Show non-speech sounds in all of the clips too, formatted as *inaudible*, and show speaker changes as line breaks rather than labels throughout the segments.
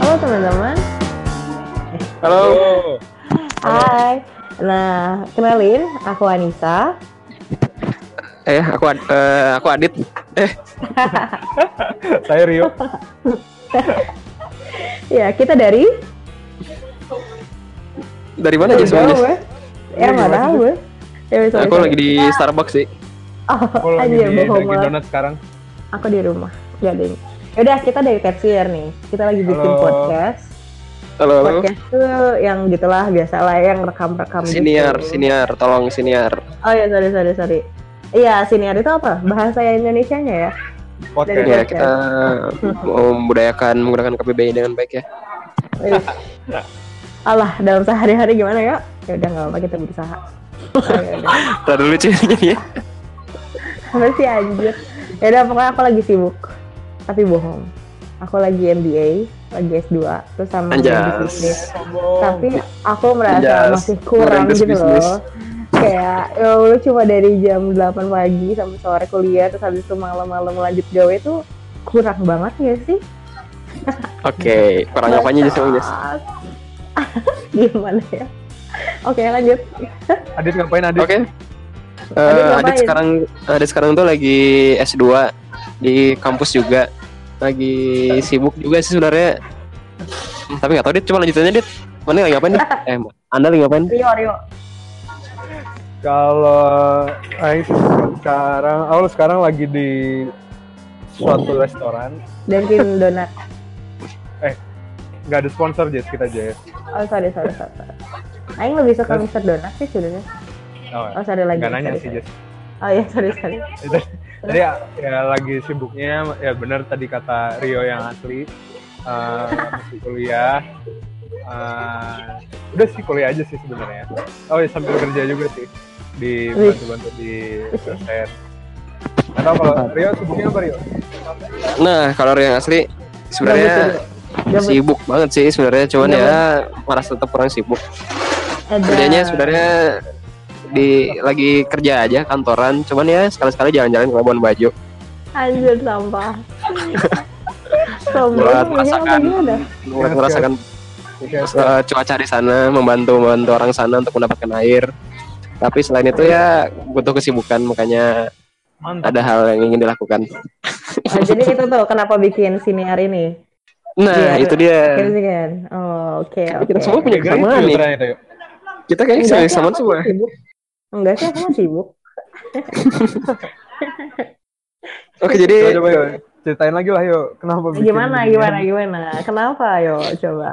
Halo teman-teman.
Halo.
Hai. Nah, kenalin aku Anissa.
Eh, aku Ad- eh, aku Adit. Eh,
Saya Rio.
Ya, kita dari
dari eh. mana aja
Jauh,
semuanya?
ya? Ya
Dari
nggak
mana
tahu. ya. Ya, wes,
Aku
wes,
lagi
wes.
di Starbucks sih.
Oh,
Aku lagi
anjir,
di
bohong
Dunkin'
banget.
Donut sekarang.
Aku di rumah. Gak ada. yang- Yaudah, kita dari Tepsier nih. Kita lagi bikin
Halo.
podcast.
Halo, halo.
Podcast tuh yang gitulah biasalah ya, yang rekam-rekam gitu.
Siniar, siniar, tolong siniar.
Oh ya, sorry sorry sorry. Iya, siniar itu apa? Bahasa Indonesianya ya?
Podcast.
Dari-
Ya, kita membudayakan menggunakan KBBI dengan baik ya.
*laughs*
Aduh. Alah, dalam sehari-hari gimana ya? Ya udah nggak apa-apa kita
*laughs*
berusaha. Oh, ya udah.
Rada lucu *laughs* jadi ya.
Apa sih anjir? Ya udah pokoknya aku lagi sibuk. Tapi bohong. Aku lagi MBA, lagi S2, terus sama
Anjas.
bisnis. Tapi aku merasa
Anjas.
masih kurang
Ngerintis
gitu
bisnis.
loh. Kayak ya lu cuma dari jam 8 pagi sampai sore kuliah terus habis itu malam-malam lanjut gawe tuh kurang banget ya sih?
Oke, kurang
Nah.
apanya aja semuanya.
*laughs* Gimana ya? Oke, lanjut.
Adit ngapain Adit?
Oke.
Adit
Eh,
ngapain?
Adit sekarang Adit sekarang tuh lagi S2 di kampus juga. Lagi sibuk juga sih sebenarnya. Hmm, Tapi nggak tahu Dit, cuma lanjutannya Dit. Mana
*laughs*
lagi ngapain Dit? Eh, Anda lagi ngapain?
Rio, Rio.
Kalau Ais sekarang, awal sekarang lagi di suatu restoran.
Dunkin Donat.
Gak ada sponsor Jess kita Jess.
Oh, sorry, sorry, sorry. sorry. Aing lebih suka Mister Donat sih sebenarnya. Oh, sorry lagi.
Gak nanya
sorry,
sih
sorry.
Jess.
Oh iya, sorry, sorry.
Jadi- Jadi ya, ya lagi sibuknya, ya bener tadi kata Rio yang asli. Eh, masih kuliah. Eh, udah sih kuliah aja sih sebenarnya. Oh ya sambil kerja juga sih. Di
Wih.
bantu-bantu di dosen. Atau kalau Rio sibuknya apa Rio?
Nah, kalau yang
Iya,
asli sebenarnya
Gabut.
sibuk banget sih sebenarnya cuman
Gabut.
ya merasa tetap kurang sibuk.
Ada-
Kerjanya sebenarnya di lagi kerja aja kantoran, cuman ya sekali-sekali jalan-jalan ke Labuan Bajo
Anjir,
*laughs*
sampah. Sombong. ini
buat
apa
merasakan
gimana?
buat
Yes,
merasakan kan, eh, cuaca di sana, membantu membantu orang sana untuk mendapatkan air. Tapi selain itu ya butuh kesibukan makanya
Mantap.
ada hal yang ingin dilakukan.
Oh, jadi itu tuh kenapa bikin siniar ini?
Nah,
Iya,
itu dia.
Bikin sih kan? Oh, oke, oke.
Kita semua punya
Garis
kesamaan nih.
filternya itu.
Kita kayaknya
Enggak sih,
sama
aku
semua.
sibuk. Enggak sih, aku mah sibuk.
Oke, jadi
Coba, coba yuk, ceritain lagi lah yuk. Kenapa
Oh,
bikin
Gimana,
beginian?
gimana, gimana? Kenapa, yo, coba.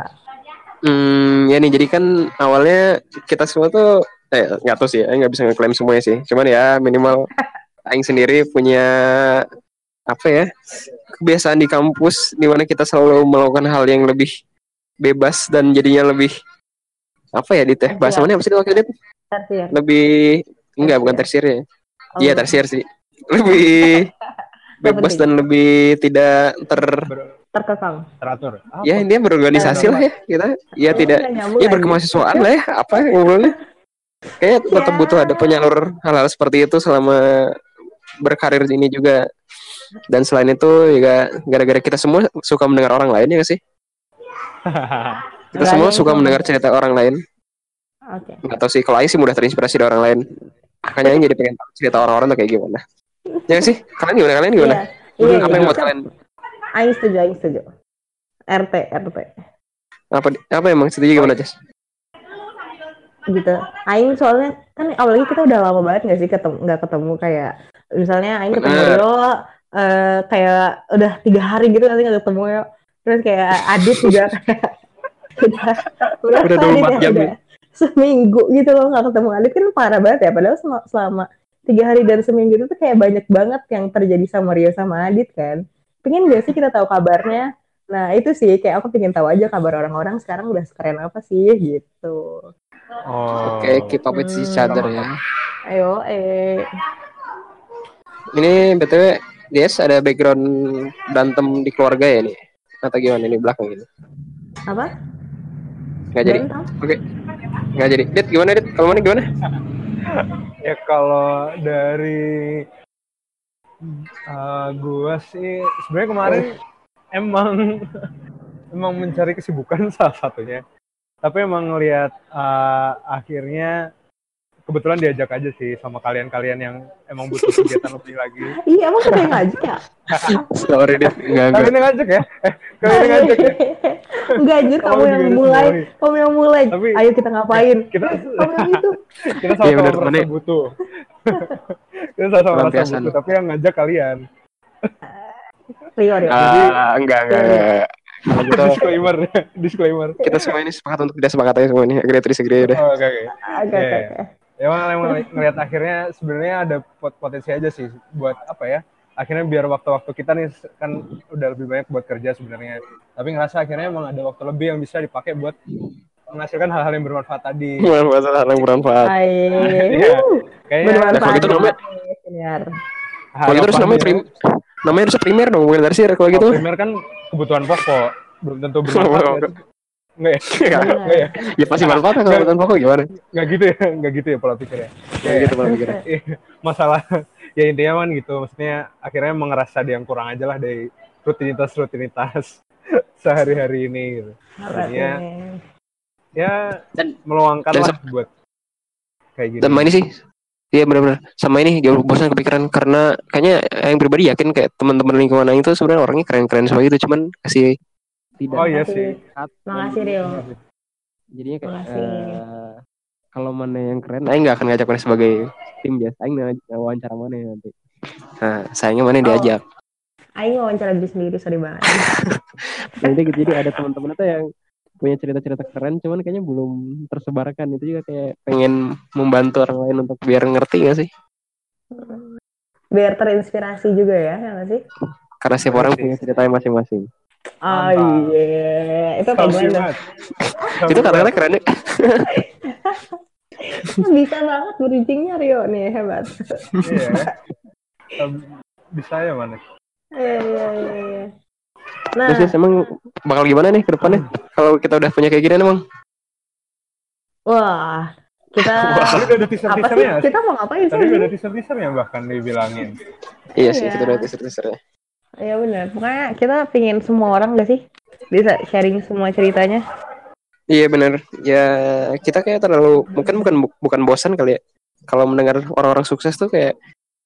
Hmm, ya nih jadi kan awalnya kita semua tuh eh nggak tahu sih, Aing nggak bisa ngeklaim semuanya sih. Cuman ya minimal Aing sendiri punya apa ya kebiasaan di kampus di mana kita selalu melakukan hal yang lebih bebas dan jadinya lebih apa ya dit ya
Iya.
bahasa mana apa sih waktu dit
Tertiar.
lebih enggak bukan tersier ya
Oh.
iya tersier sih
*laughs*
lebih bebas
penting.
dan lebih tidak ter
Ber-
Terkekang.
teratur. Apa?
ya dia berorganisasi
Iya,
lah ya kita ya tidak
Nggak nyambung
Iya
lagi.
berkemahasiswaan lah ya apa ya ngobrolnya kayak tetap
Ya.
butuh ada penyalur hal-hal seperti itu selama berkarir ini juga dan selain itu juga gara-gara kita semua suka mendengar orang lain ya nggak sih kita
Nggak
semua
ada yang
suka
sama.
mendengar cerita orang lain
Oke.
atau sih kalau Aing sih mudah terinspirasi dari orang lain makanya Aing jadi pengen tahu cerita orang-orang tuh kayak gimana ya nggak sih kalian gimana kalian gimana
Iya. Iya,
apa yang
iya.
buat kalian
Aing setuju, Aing setuju. RT, RT.
apa apa emang setuju gimana Jas?
gitu. Aing soalnya kan awalnya kita udah lama banget nggak sih ketemu nggak ketemu kayak misalnya Aing ketemu
Bener.
Rio eh, kayak udah tiga hari gitu nanti nggak ketemu ya terus kayak Adit juga *laughs* kayak udah berapa
Udah
Adit
24 jam ya?
udah seminggu gitu loh nggak ketemu Adit kan parah banget ya padahal sel- selama tiga hari dan seminggu itu tuh kayak banyak banget yang terjadi sama Rio sama Adit kan pengen gak sih kita tahu kabarnya nah itu sih kayak aku pengen tahu aja kabar orang-orang sekarang udah sekeren apa sih gitu
*laughs* Oh.
Oke, keep up with each other ya.
Ayo, eh.
Ini btw, Yes ada background berantem di keluarga ya nih? Atau gimana ini belakang gitu?
Apa?
Nggak jadi.
Berantem?
Oke. Nggak jadi. Dit gimana Dit? Kalau mana gimana?
Ya kalau dari eh, gua sih sebenarnya kemarin emang *laughs* emang mencari kesibukan *laughs* salah satunya tapi emang ngelihat eh, akhirnya kebetulan diajak aja sih sama kalian-kalian yang emang butuh kegiatan lebih lagi
Iya, emang kita yang ngajak
*laughs*
ya?
Sorry deh, enggak enggak.
kalian yang ngajak ya eh, kalian yang ngajak ya
*laughs* Enggak anjir, kamu
Tolong
yang
diberesin,
mulai.
sorry.
Kamu yang mulai.
Tapi-
Ayo kita
*laughs*
ngapain?
kita
Kamu yang itu.
kita sama
Iya, bener,
sama merasa
Mane.
butuh *laughs* kita sama sama merasa
Pelampiasan.
butuh tapi yang ngajak kalian
Rio, Rio.
Ah, enggak enggak. enggak. Kalau gitu,
*laughs* disclaimer disclaimer
kita semua ini sepakat untuk tidak sepakat aja semua ini. Agree to disagree udah.
Oh, oke oke
Oke, oke,
iya.
oke.
emang emang ngelihat akhirnya sebenarnya ada pot- potensi aja sih buat apa ya akhirnya biar waktu-waktu kita nih kan udah lebih banyak buat kerja sebenarnya tapi ngerasa akhirnya emang ada waktu lebih yang bisa dipakai buat menghasilkan hal-hal yang bermanfaat tadi
Bermanfaat hal yang bermanfaat.
Ayo.
Ah, Iya. kayaknya
Nah, kalau
Bermanfaat.
gitu namanya-
Senior.
Kalau gitu harus namanya prim namanya harus primer dong, bukan tarsir kalau gitu.
gitu primer kan kebutuhan pokok belum
*laughs*
tentu bermanfaat
Pokok.
ya. Enggak ya?
Benar.
Enggak ya?
*laughs* ya pasti bermanfaat lah kalau bukan pokok gimana?
Enggak gitu ya? Enggak gitu ya pola pikirnya.
Ya gitu pola
Iya.
pikirnya.
*laughs* Masalah ya intinya kan gitu. Maksudnya akhirnya emang ngerasa ada yang kurang aja lah dari rutinitas-rutinitas *laughs* sehari-hari ini gitu. Jadinya ya
Dan-
meluangkan
dan
lah buat kayak gini.
sama ini sih iya benar-benar sama ini jauh bosan kepikiran karena kayaknya yang pribadi yakin kayak teman-teman lingkungan Aing tuh sebenarnya orangnya keren-keren semua gitu cuman kasih tidak
Oh iya sih.
saat dan
Makasih, Rio.
jadinya kayak
Makasih.
eh, kalau mana yang keren Aing nggak akan ngajak mana sebagai tim biasa Aing nanya- wawancara mana ya nanti nah sayangnya mana yang
Oh.
diajak
Ayo wawancara diri sendiri, sorry banget.
jadi gitu jadi ada teman-teman tuh yang punya cerita-cerita keren cuman kayaknya belum tersebarkan itu juga kayak pengen membantu orang lain untuk biar ngerti gak sih
Biar terinspirasi juga ya, ya nggak sih?
karena setiap orang punya ceritanya masing-masing
Oh
Mantap.
iya, itu
Kalau
tagihan dong.
ya. *laughs* itu kata-kata keren ya.
Bisa banget bridgingnya Rio nih, hebat.
Iya. Em, Bisa ya
*laughs*
mana?
Iya, iya, iya, iya. Nah,
Terus ya, Yus, emang bakal gimana nih ke depannya? Kalau kita udah punya kayak gini emang
wah,
*laughs*
kita
Tadi udah ada
apa sih?
ya,
teaser-teasernya.
Kita mau ngapain
Tadi udah
sih?
ada teaser-teasernya bahkan dibilangin.
Iya sih,
Iya.
kita udah teaser-teaser ya.
Iya benar. Pokoknya kita pingin semua orang gak sih bisa sharing semua ceritanya.
Iya bener Ya kita kayak terlalu Mungkin bukan bukan bosan kali ya Kalau mendengar orang-orang sukses tuh kayak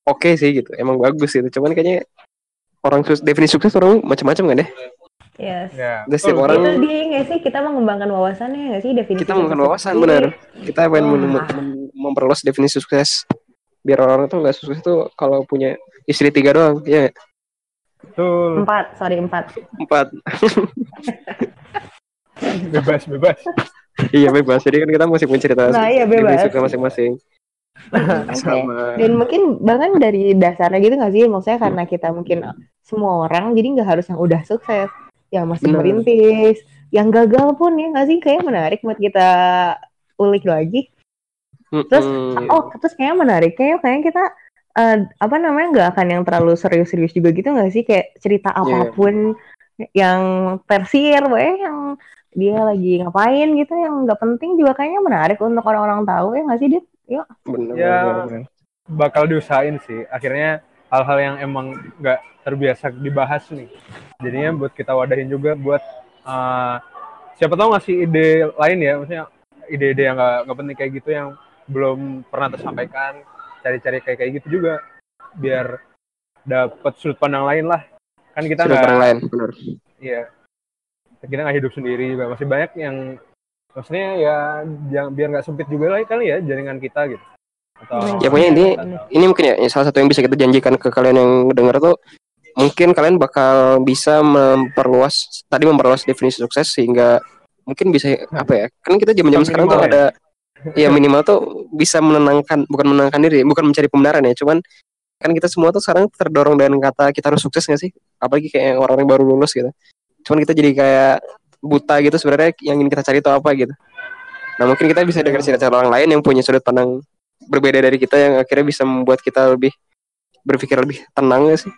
Oke sih gitu Emang bagus gitu Cuman kayaknya Orang sukses Definisi sukses orang macam-macam kan ya
Yes.
Ya.
Dan setiap
Betul,
orang-
Itu dia nggak sih kita mengembangkan wawasannya nggak sih definisi.
Kita menggunakan wawasan
Iya.
bener Kita pengen
Wah.
men- men- memperluas definisi sukses Biar orang-orang tuh gak sukses tuh Kalau punya istri tiga doang Iya nggak?
Betul.
Empat, sorry empat.
Empat
Bebas, bebas.
Iya bebas Jadi kan kita masih punya cerita
Nah, iya,
Definisi
bebas.
suka masing-masing
Oke.
Sama
Dan mungkin bahkan dari dasarnya gitu nggak sih? Maksudnya karena kita mungkin semua orang jadi nggak harus yang udah sukses, yang masih
Benar.
merintis, yang gagal pun ya nggak sih? Kayaknya menarik buat kita ulik lagi. Terus,
Mm-mm.
Oh, terus kayaknya menariknya kayaknya kita eh, apa namanya nggak akan yang terlalu serius-serius juga gitu nggak sih kayak cerita apapun yang tersier, pokoknya yang dia lagi ngapain gitu yang nggak penting juga kayaknya menarik untuk orang-orang tahu ya nggak sih Dit?
bener,
Ya.
bener, bener.
bakal diusahain sih. Akhirnya hal-hal yang emang nggak terbiasa dibahas nih. Jadinya buat kita wadahin juga buat uh, siapa tahu ngasih ide lain ya, maksudnya ide-ide yang nggak nggak penting kayak gitu yang belum pernah tersampaikan. Cari-cari kayak kayak gitu juga biar dapat sudut pandang lain lah. Kan kita
Sudut
nggak
pandang lain bener.
Iya. Kita nggak hidup sendiri juga. Masih banyak yang maksudnya ya yang biar nggak sempit juga lah kali ya jaringan kita gitu. Atau
Ya, pokoknya ini- ini mungkin ya salah satu yang bisa kita janjikan ke kalian yang dengar tuh mungkin kalian bakal bisa memperluas tadi memperluas definisi sukses sehingga mungkin bisa apa ya kan kita zaman-zaman
Minimal
sekarang tuh
ya?
ada ya minimal tuh bisa menenangkan bukan menenangkan diri bukan mencari pembenaran ya cuman kan kita semua tuh sekarang terdorong dengan kata kita harus sukses gak sih apalagi kayak orang-orang yang baru lulus gitu cuman kita jadi kayak buta gitu sebenarnya yang ingin kita cari itu apa gitu nah mungkin kita bisa dengar cerita orang lain yang punya sudut pandang berbeda dari kita yang akhirnya bisa membuat kita lebih berpikir lebih tenang gak sih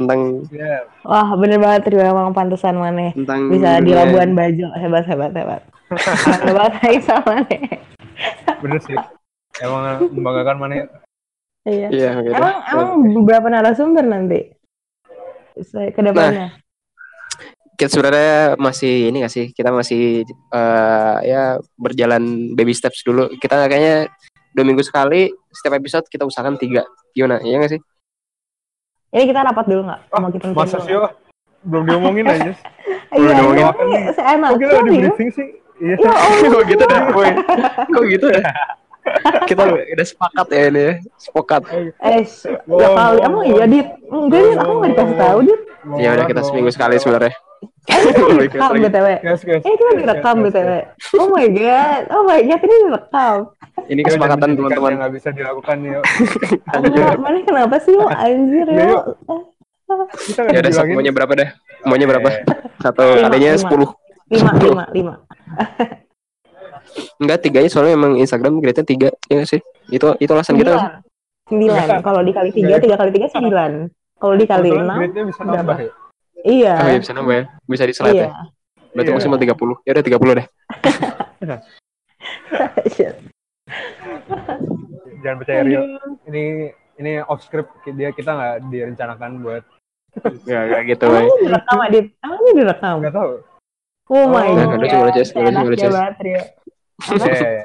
tentang
Iya,
Wah bener banget Rio emang pantesan ya. mana
tentang
bisa di
dunia.
Labuan Bajo hebat hebat hebat. Hebat banget Aing sama Iya. Mane.
bener sih. Emang membanggakan mana? ya?
Iya.
iya oke deh.
Emang emang beberapa narasumber nanti Saya- ke depannya.
kita sebenarnya masih ini gak sih kita masih eh, ya berjalan baby steps dulu kita kayaknya dua minggu sekali setiap episode kita usahakan tiga gimana iya gak sih
Ini kita rapat dulu nggak? Mau kita mikir
Ah, Masa
dulu
sih oh? belum diomongin aja.
Iya,
Udah,
ini
udah.
ini seenak
Kok kita udah di
ya.
briefing sih? Iya,
Ya
*laughs*
Allah.
*laughs* kok gitu dah woi kok gitu ya kita udah sepakat ya ini ya. sepakat
Eh,
Wow,
udah kali.
wow,
Emang
wow.
iya, Dit? Enggak, Dit. Aku nggak dikasih tahu, Dit.
ya udah kita seminggu sekali sebenarnya
*laughs*
Lu ikut
Rekam,
lagi.
BTW.
Guys, guys.
Eh, kita direkam,
Yes, yes,
BTW.
yes.
Oh my God. Oh my God, ini direkam.
ini
Kita
kesepakatan
jangan
teman-teman
yang nggak bisa dilakukan ya.
Enggak, mana kenapa sih lo anjir Eh,
Ya,
lo?
yuk. Kita nggak
ya udah
dibilangin.
semuanya berapa dah semuanya berapa
Eh,
satu
Lima,
kalinya
Iya, lima.
sepuluh
Lima, lima, lima.
enggak tiganya soalnya emang Instagram grade-nya tiga ya gak sih itu itu alasan kita
Sembilan. Sembilan.
Sembilan.
Kalau dikali tiga,
Oke.
tiga kali tiga sembilan. Kalau dikali
kebetulan
enam,
grade-nya bisa nambah ya.
iya.
Oh iya bisa nambah ya bisa di slide
Iya.
ya berarti
Iya.
maksimal 30 ya udah 30 deh
*laughs* Shit.
Jangan percaya
Iya.
real. Ini ini off script dia kita nggak direncanakan buat
ya kayak gitu
Emang
woy.
ini direkam, Adit? Emang ini direkam?
nggak tahu.
Oh my god.
Nggak, nggak,
lucu, nggak lucu, nggak lucu, nggak lucu.
Enaknya banget, Rio.
Ya, ya, ya.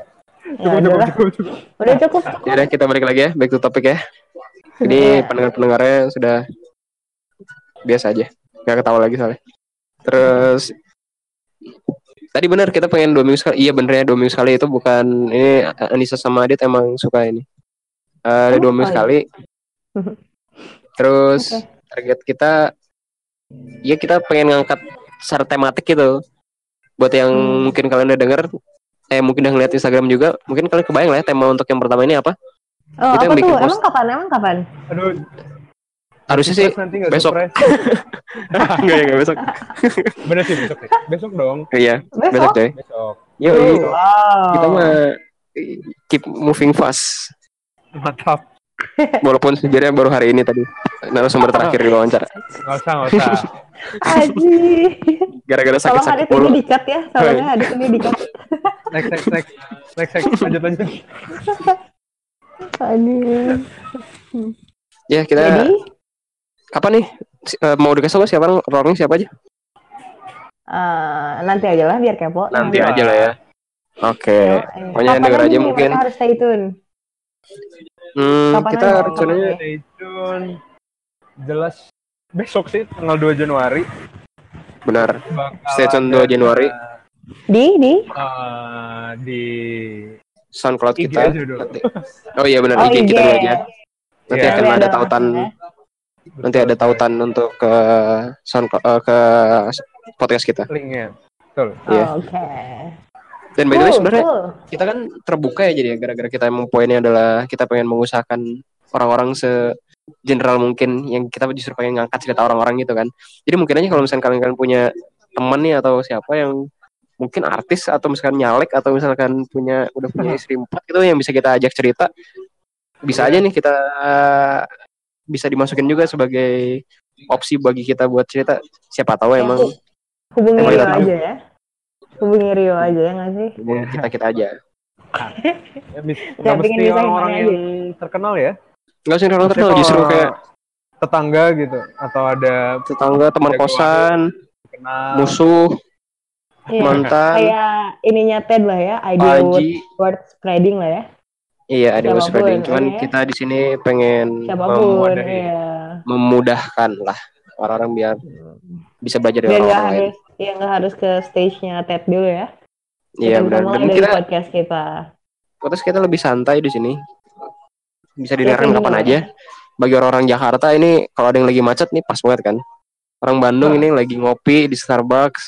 Ya, udah lah.
cukup, cukup.
Udah cukup.
ya udah kita balik lagi ya back to topic ya ini
Iya.
pendengar-pendengarnya sudah biasa aja nggak ketawa lagi soalnya terus tadi benar kita pengen dua minggu sekali iya benernya dua minggu sekali itu bukan ini eh, Anissa sama Adit emang suka ini Eh dua
Oh,
minggu
iya.
sekali terus target kita ya kita pengen ngangkat secara tematik gitu buat yang
Hmm.
mungkin kalian udah denger eh mungkin udah ngeliat Instagram juga mungkin kalian kebayang lah ya tema untuk yang pertama ini apa
Oh,
Kita
apa
bikin
tuh?
post.
Emang kapan? Emang kapan?
Aduh,
harusnya sih
surprise nanti nggak
besok.
surprise.
*laughs*
Nah,
Enggak ya, enggak besok.
Bener sih besok. deh. Besok dong.
Iya, besok
Besok? Oh.
coy.
Besok.
Yo,
Wow.
kita mah keep moving fast.
Mantap.
Walaupun sejarahnya baru hari ini tadi. Narasumber terakhir di wawancara.
Nggak usah, nggak usah.
Aji.
Gara-gara
Tolong
sakit-sakit
Adit ini
mulu.
dikat ya. Tolong Adit ini
*laughs*
dikat.
Next, next, next. Next, next. Lanjut, lanjut.
Aduh.
Ya, kita
Jadi,
kapan nih? Si- eh, mau dikasih tau siapa rolling siapa aja?
eh, nanti aja lah biar kepo.
Nanti
Iya.
aja lah ya.
Yo,
Oke.
eh.
Pokoknya
Kapan
denger
lagi
aja
nih
mungkin.
mereka harus stay tune.
Hmm,
Kapan
kita
aja?
rencananya
Oke.
Stay tune. Jelas besok sih tanggal 2 Januari
benar.
bakal
Stay tune 2
ada,
Januari.
Di, di.
eh, di
SoundCloud
IG
kita.
aja dulu.
Nanti. Oh iya
Oh,
benar IG kita
IG.
dulu aja. Nanti
Iya.
Nanti
akan Ya, ada
ada
tautan nanti
Betul.
ada tautan untuk ke sound eh, ke podcast kita.
linknya. Betul.
Iya.
Oh, Oke.
Dan by the way
Cool,
sebenarnya
cool.
kita kan terbuka ya jadi ya, gara-gara kita emang poinnya adalah kita pengen mengusahakan orang-orang se general mungkin yang kita justru pengen ngangkat cerita orang-orang gitu kan. Jadi mungkin aja kalau misalkan kalian, kalian punya temen nih atau siapa yang mungkin artis atau misalkan nyalek atau misalkan punya udah punya istri empat gitu yang bisa kita ajak cerita bisa aja nih kita bisa dimasukin juga sebagai opsi bagi kita buat cerita siapa tahu emang
Hubungi
Emang
Rio
kita tahu.
aja ya. Hubungi Rio aja ya nggak sih?
kita kita aja
Ya, mis-
Nggak
nggak
pengen
mesti
misahin
orang-orang
mana
yang terkenal ya.
nggak usah terlalu terkenal
Maksudnya
justru
kalau
kayak
tetangga gitu atau ada
tetangga teman kosan
kenal
musuh
Iya.
mantan
Kayak ininya Ted lah ya, idea word,
Panji
word spreading lah ya.
iya ada
Siapapun,
spreading cuman
iya.
kita di sini pengen
Siapapun
iya.
mewadahi.
ya.
memudahkan lah orang-orang biar bisa belajar dari
Biar nggak
orang lain
harus, ya nggak harus ke stage-nya Ted dulu ya. Kita bisa
iya benar dan
mulai dari
kita
podcast kita.
terus kita lebih santai di sini
Ya,
bisa didengarkan
kayak
kapan
gini.
aja bagi orang-orang Jakarta ini kalau ada yang lagi macet nih pas banget kan orang Bandung
Wah.
ini lagi ngopi di Starbucks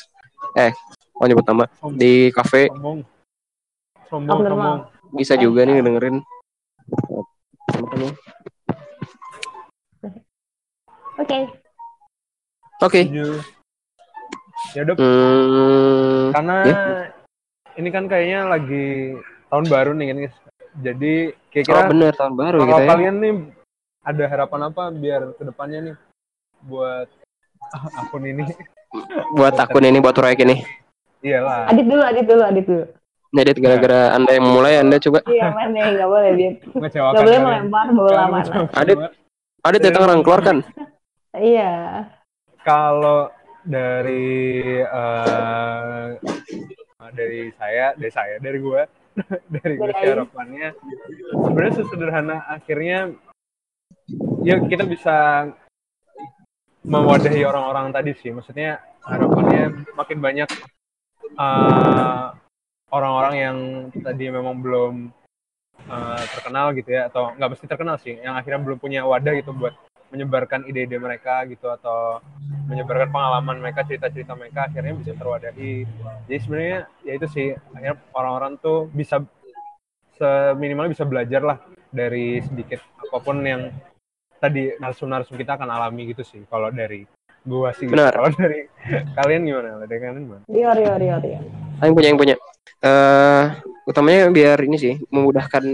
eh mau nyebut nama di kafe
sombong sombong
Abnormal.
sombong
bisa juga nih dengerin Makanya.
Oke.
oke
Setuju. ya udah
Hmm,
karena
Ya.
ini kan kayaknya lagi tahun baru nih kan guys. jadi
oh
kira-kira
bener tahun baru
kalau
kita ya.
kalian nih ada harapan apa biar kedepannya nih buat *laughs* akun ini
Buat akun ini buat proyek ini.
iyalah
Adit dulu, Adit dulu, Adit dulu.
Jadi gara-gara Anda yang memulai Anda coba. *laughs*
Iya, mana ya, nggak boleh dia.
Oh,
mengecewakan
Nggak boleh
kalian. Kan
melempar bola
Kalian
panas.
mengecewakan
Adit.
banget.
Adit datang orang keluarkan.
Iya.
kalau dari eh, dari saya, dari saya, dari gue, *laughs* dari gue sih harapannya sebenarnya sesederhana akhirnya ya kita bisa mewadahi orang-orang tadi sih. Maksudnya harapannya makin banyak eh, orang-orang yang tadi memang belum eh, terkenal gitu ya atau nggak mesti terkenal sih, yang akhirnya belum punya wadah gitu buat menyebarkan ide-ide mereka gitu atau menyebarkan pengalaman mereka cerita-cerita mereka akhirnya bisa terwadahi jadi sebenarnya ya itu sih akhirnya orang-orang tuh bisa seminimal bisa belajar lah dari sedikit apapun yang tadi narsum-narsum kita akan alami gitu sih kalau dari gua sih gitu.
Benar.
kalau dari kalian gimana dari kalian gimana *laughs*
Rio, Rio, Rio, Rio.
Yang punya yang punya. Eh, utamanya biar ini sih memudahkan.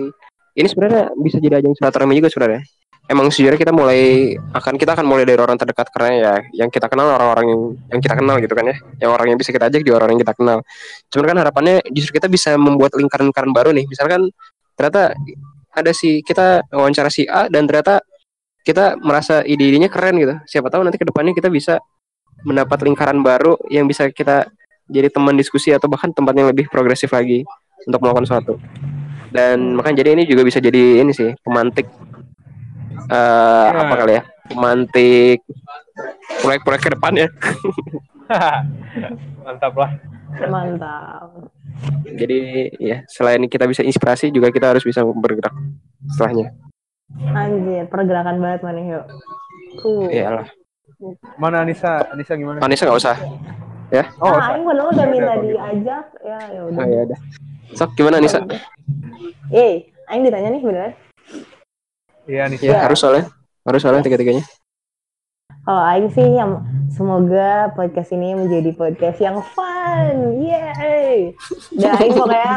Ini sebenarnya bisa jadi ajang silaturahmi juga sebenarnya. Emang sejujurnya kita mulai akan kita akan mulai dari orang terdekat karena ya yang kita kenal orang-orang yang yang kita kenal gitu kan ya. Yang orang yang bisa kita ajak juga orang yang kita kenal. Cuman kan harapannya justru kita bisa membuat lingkaran-lingkaran baru nih. Misalkan ternyata ada si kita wawancara si A dan ternyata kita merasa ide-idenya keren gitu. Siapa tahu nanti kedepannya kita bisa mendapat lingkaran baru yang bisa kita jadi teman diskusi atau bahkan tempat yang lebih progresif lagi untuk melakukan sesuatu. Dan makanya jadi ini juga bisa jadi ini sih pemantik eh,
Ya.
apa kali ya? Pemantik proyek-proyek ke depan ya.
mantap lah
Mantap.
Jadi ya selain kita bisa inspirasi juga kita harus bisa bergerak setelahnya.
Anjir, pergerakan banget maneh yuk. Tuh.
Iyalah.
mana Anissa Anissa gimana
Anissa nggak usah. Ya?
oh
ah, ini padahal udah
Ya
minta
udah, kalau gitu.
diajak. Ya, ya udah.
Oh, ya udah. Sok gimana Anissa?
Eh, aing ditanya nih beneran.
iya Anissa
Ya harus soalnya. Harus soalnya tiga-tiganya.
Kalau Oh, aing sih yang semoga podcast ini menjadi podcast yang fun. Yeay. Dan aing pokoknya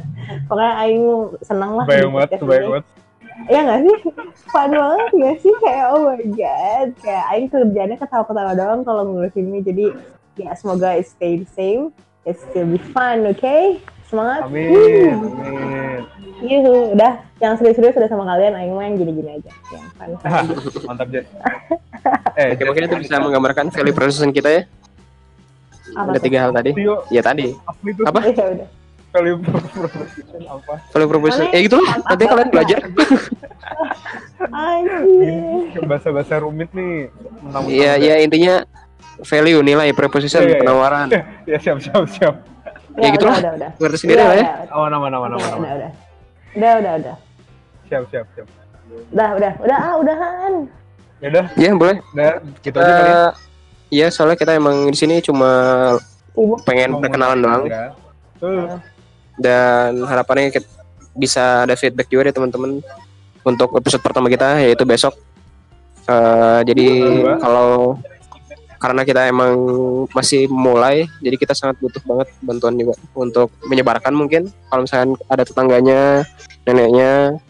*laughs* pokoknya aing seneng lah.
Bayang
di
banget,
podcast
bayang
ini.
banget.
Iya gak sih? Fun banget gak sih? Kayak oh my god. Kayak Aing kerjanya ketawa-ketawa doang kalau ngurus ini. Jadi ya semoga it stay the same. It still be fun, oke? Semangat.
Amin, amin.
Yuhu. Udah, yang serius-serius udah sama kalian. Aing main gini-gini aja. Yang fun.
Hah, *laughs* Mantap, Jet. Eh,
Oke, mungkin itu bisa menggambarkan value proposition kita ya.
Apa
Ada
tuh?
tiga hal tadi.
Tio,
Ya tadi.
apa itu?
*laughs*
Apa?
Iya udah.
Value proposition apa?
Value proposition. Ya gitulah. Nanti kalian belajar.
Anjir.
Bahasa-bahasa rumit nih. mentang-mentang
Iya,
udah-
iya intinya value nilai preposition
Iya, iya, iya.
penawaran.
Ya, siap, siap, siap.
Ya, gitu
udah,
lah.
udah, udah.
Ngerti sendiri
Udah,
lah ya.
Aman, aman, aman,
Udah,
aman,
udah,
aman.
udah. Udah, udah, udah.
Siap, siap, siap.
Udah, udah, udah, ah, udahan.
Yaudah,
Iya, boleh.
udah, gitu aja kali. ya.
Eh, Iya, soalnya kita emang di sini cuma
Sibuk.
pengen perkenalan doang
Ya. Tuh,
dan harapannya kita bisa ada feedback juga deh teman-teman untuk episode pertama kita yaitu besok. Eh, jadi
Kedua.
kalau karena kita emang masih mulai, jadi kita sangat butuh banget bantuan juga untuk menyebarkan mungkin kalau misalkan ada tetangganya, neneknya,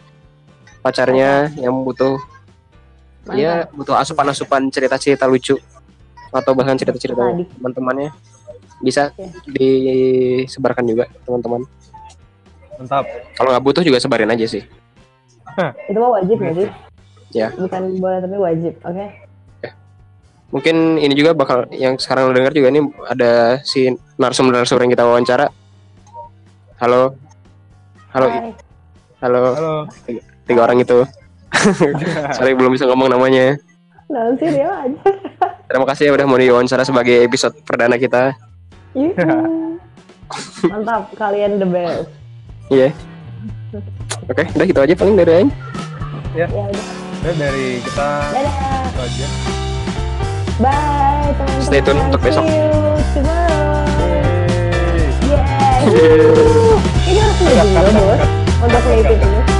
pacarnya yang butuh Iya, butuh asupan-asupan cerita-cerita lucu atau bahkan cerita-cerita
Adik.
teman-temannya bisa
Oke.
disebarkan juga teman-teman.
mantap.
Kalau nggak butuh juga sebarin aja sih.
Itu mah wajib nggak sih?
Ya.
Bukan boleh tapi wajib, oke?
Mungkin ini juga bakal yang sekarang lo dengar juga ini ada si narsum-narsum yang kita wawancara. Halo. Halo, I-
Hai.
halo.
Halo. *laughs*
Tiga orang itu. Sorry belum bisa ngomong namanya.
Naon sih dia aja.
Terima kasih ya udah mau diwawancara sebagai episode perdana kita. *laughs*
Yuhu. Mantap, kalian the best.
Iya. Oke, udah gitu aja paling dari Aing.
Ya udah.
Udah, dari kita
Dadah.
itu aja.
Bye teman-teman.
Stay tune untuk besok.
See you tomorrow.
Yeay.
*laughs* ya, Yeah.
*laughs*
Ini harus lebih dulu, Bos. Untuk meeting ini.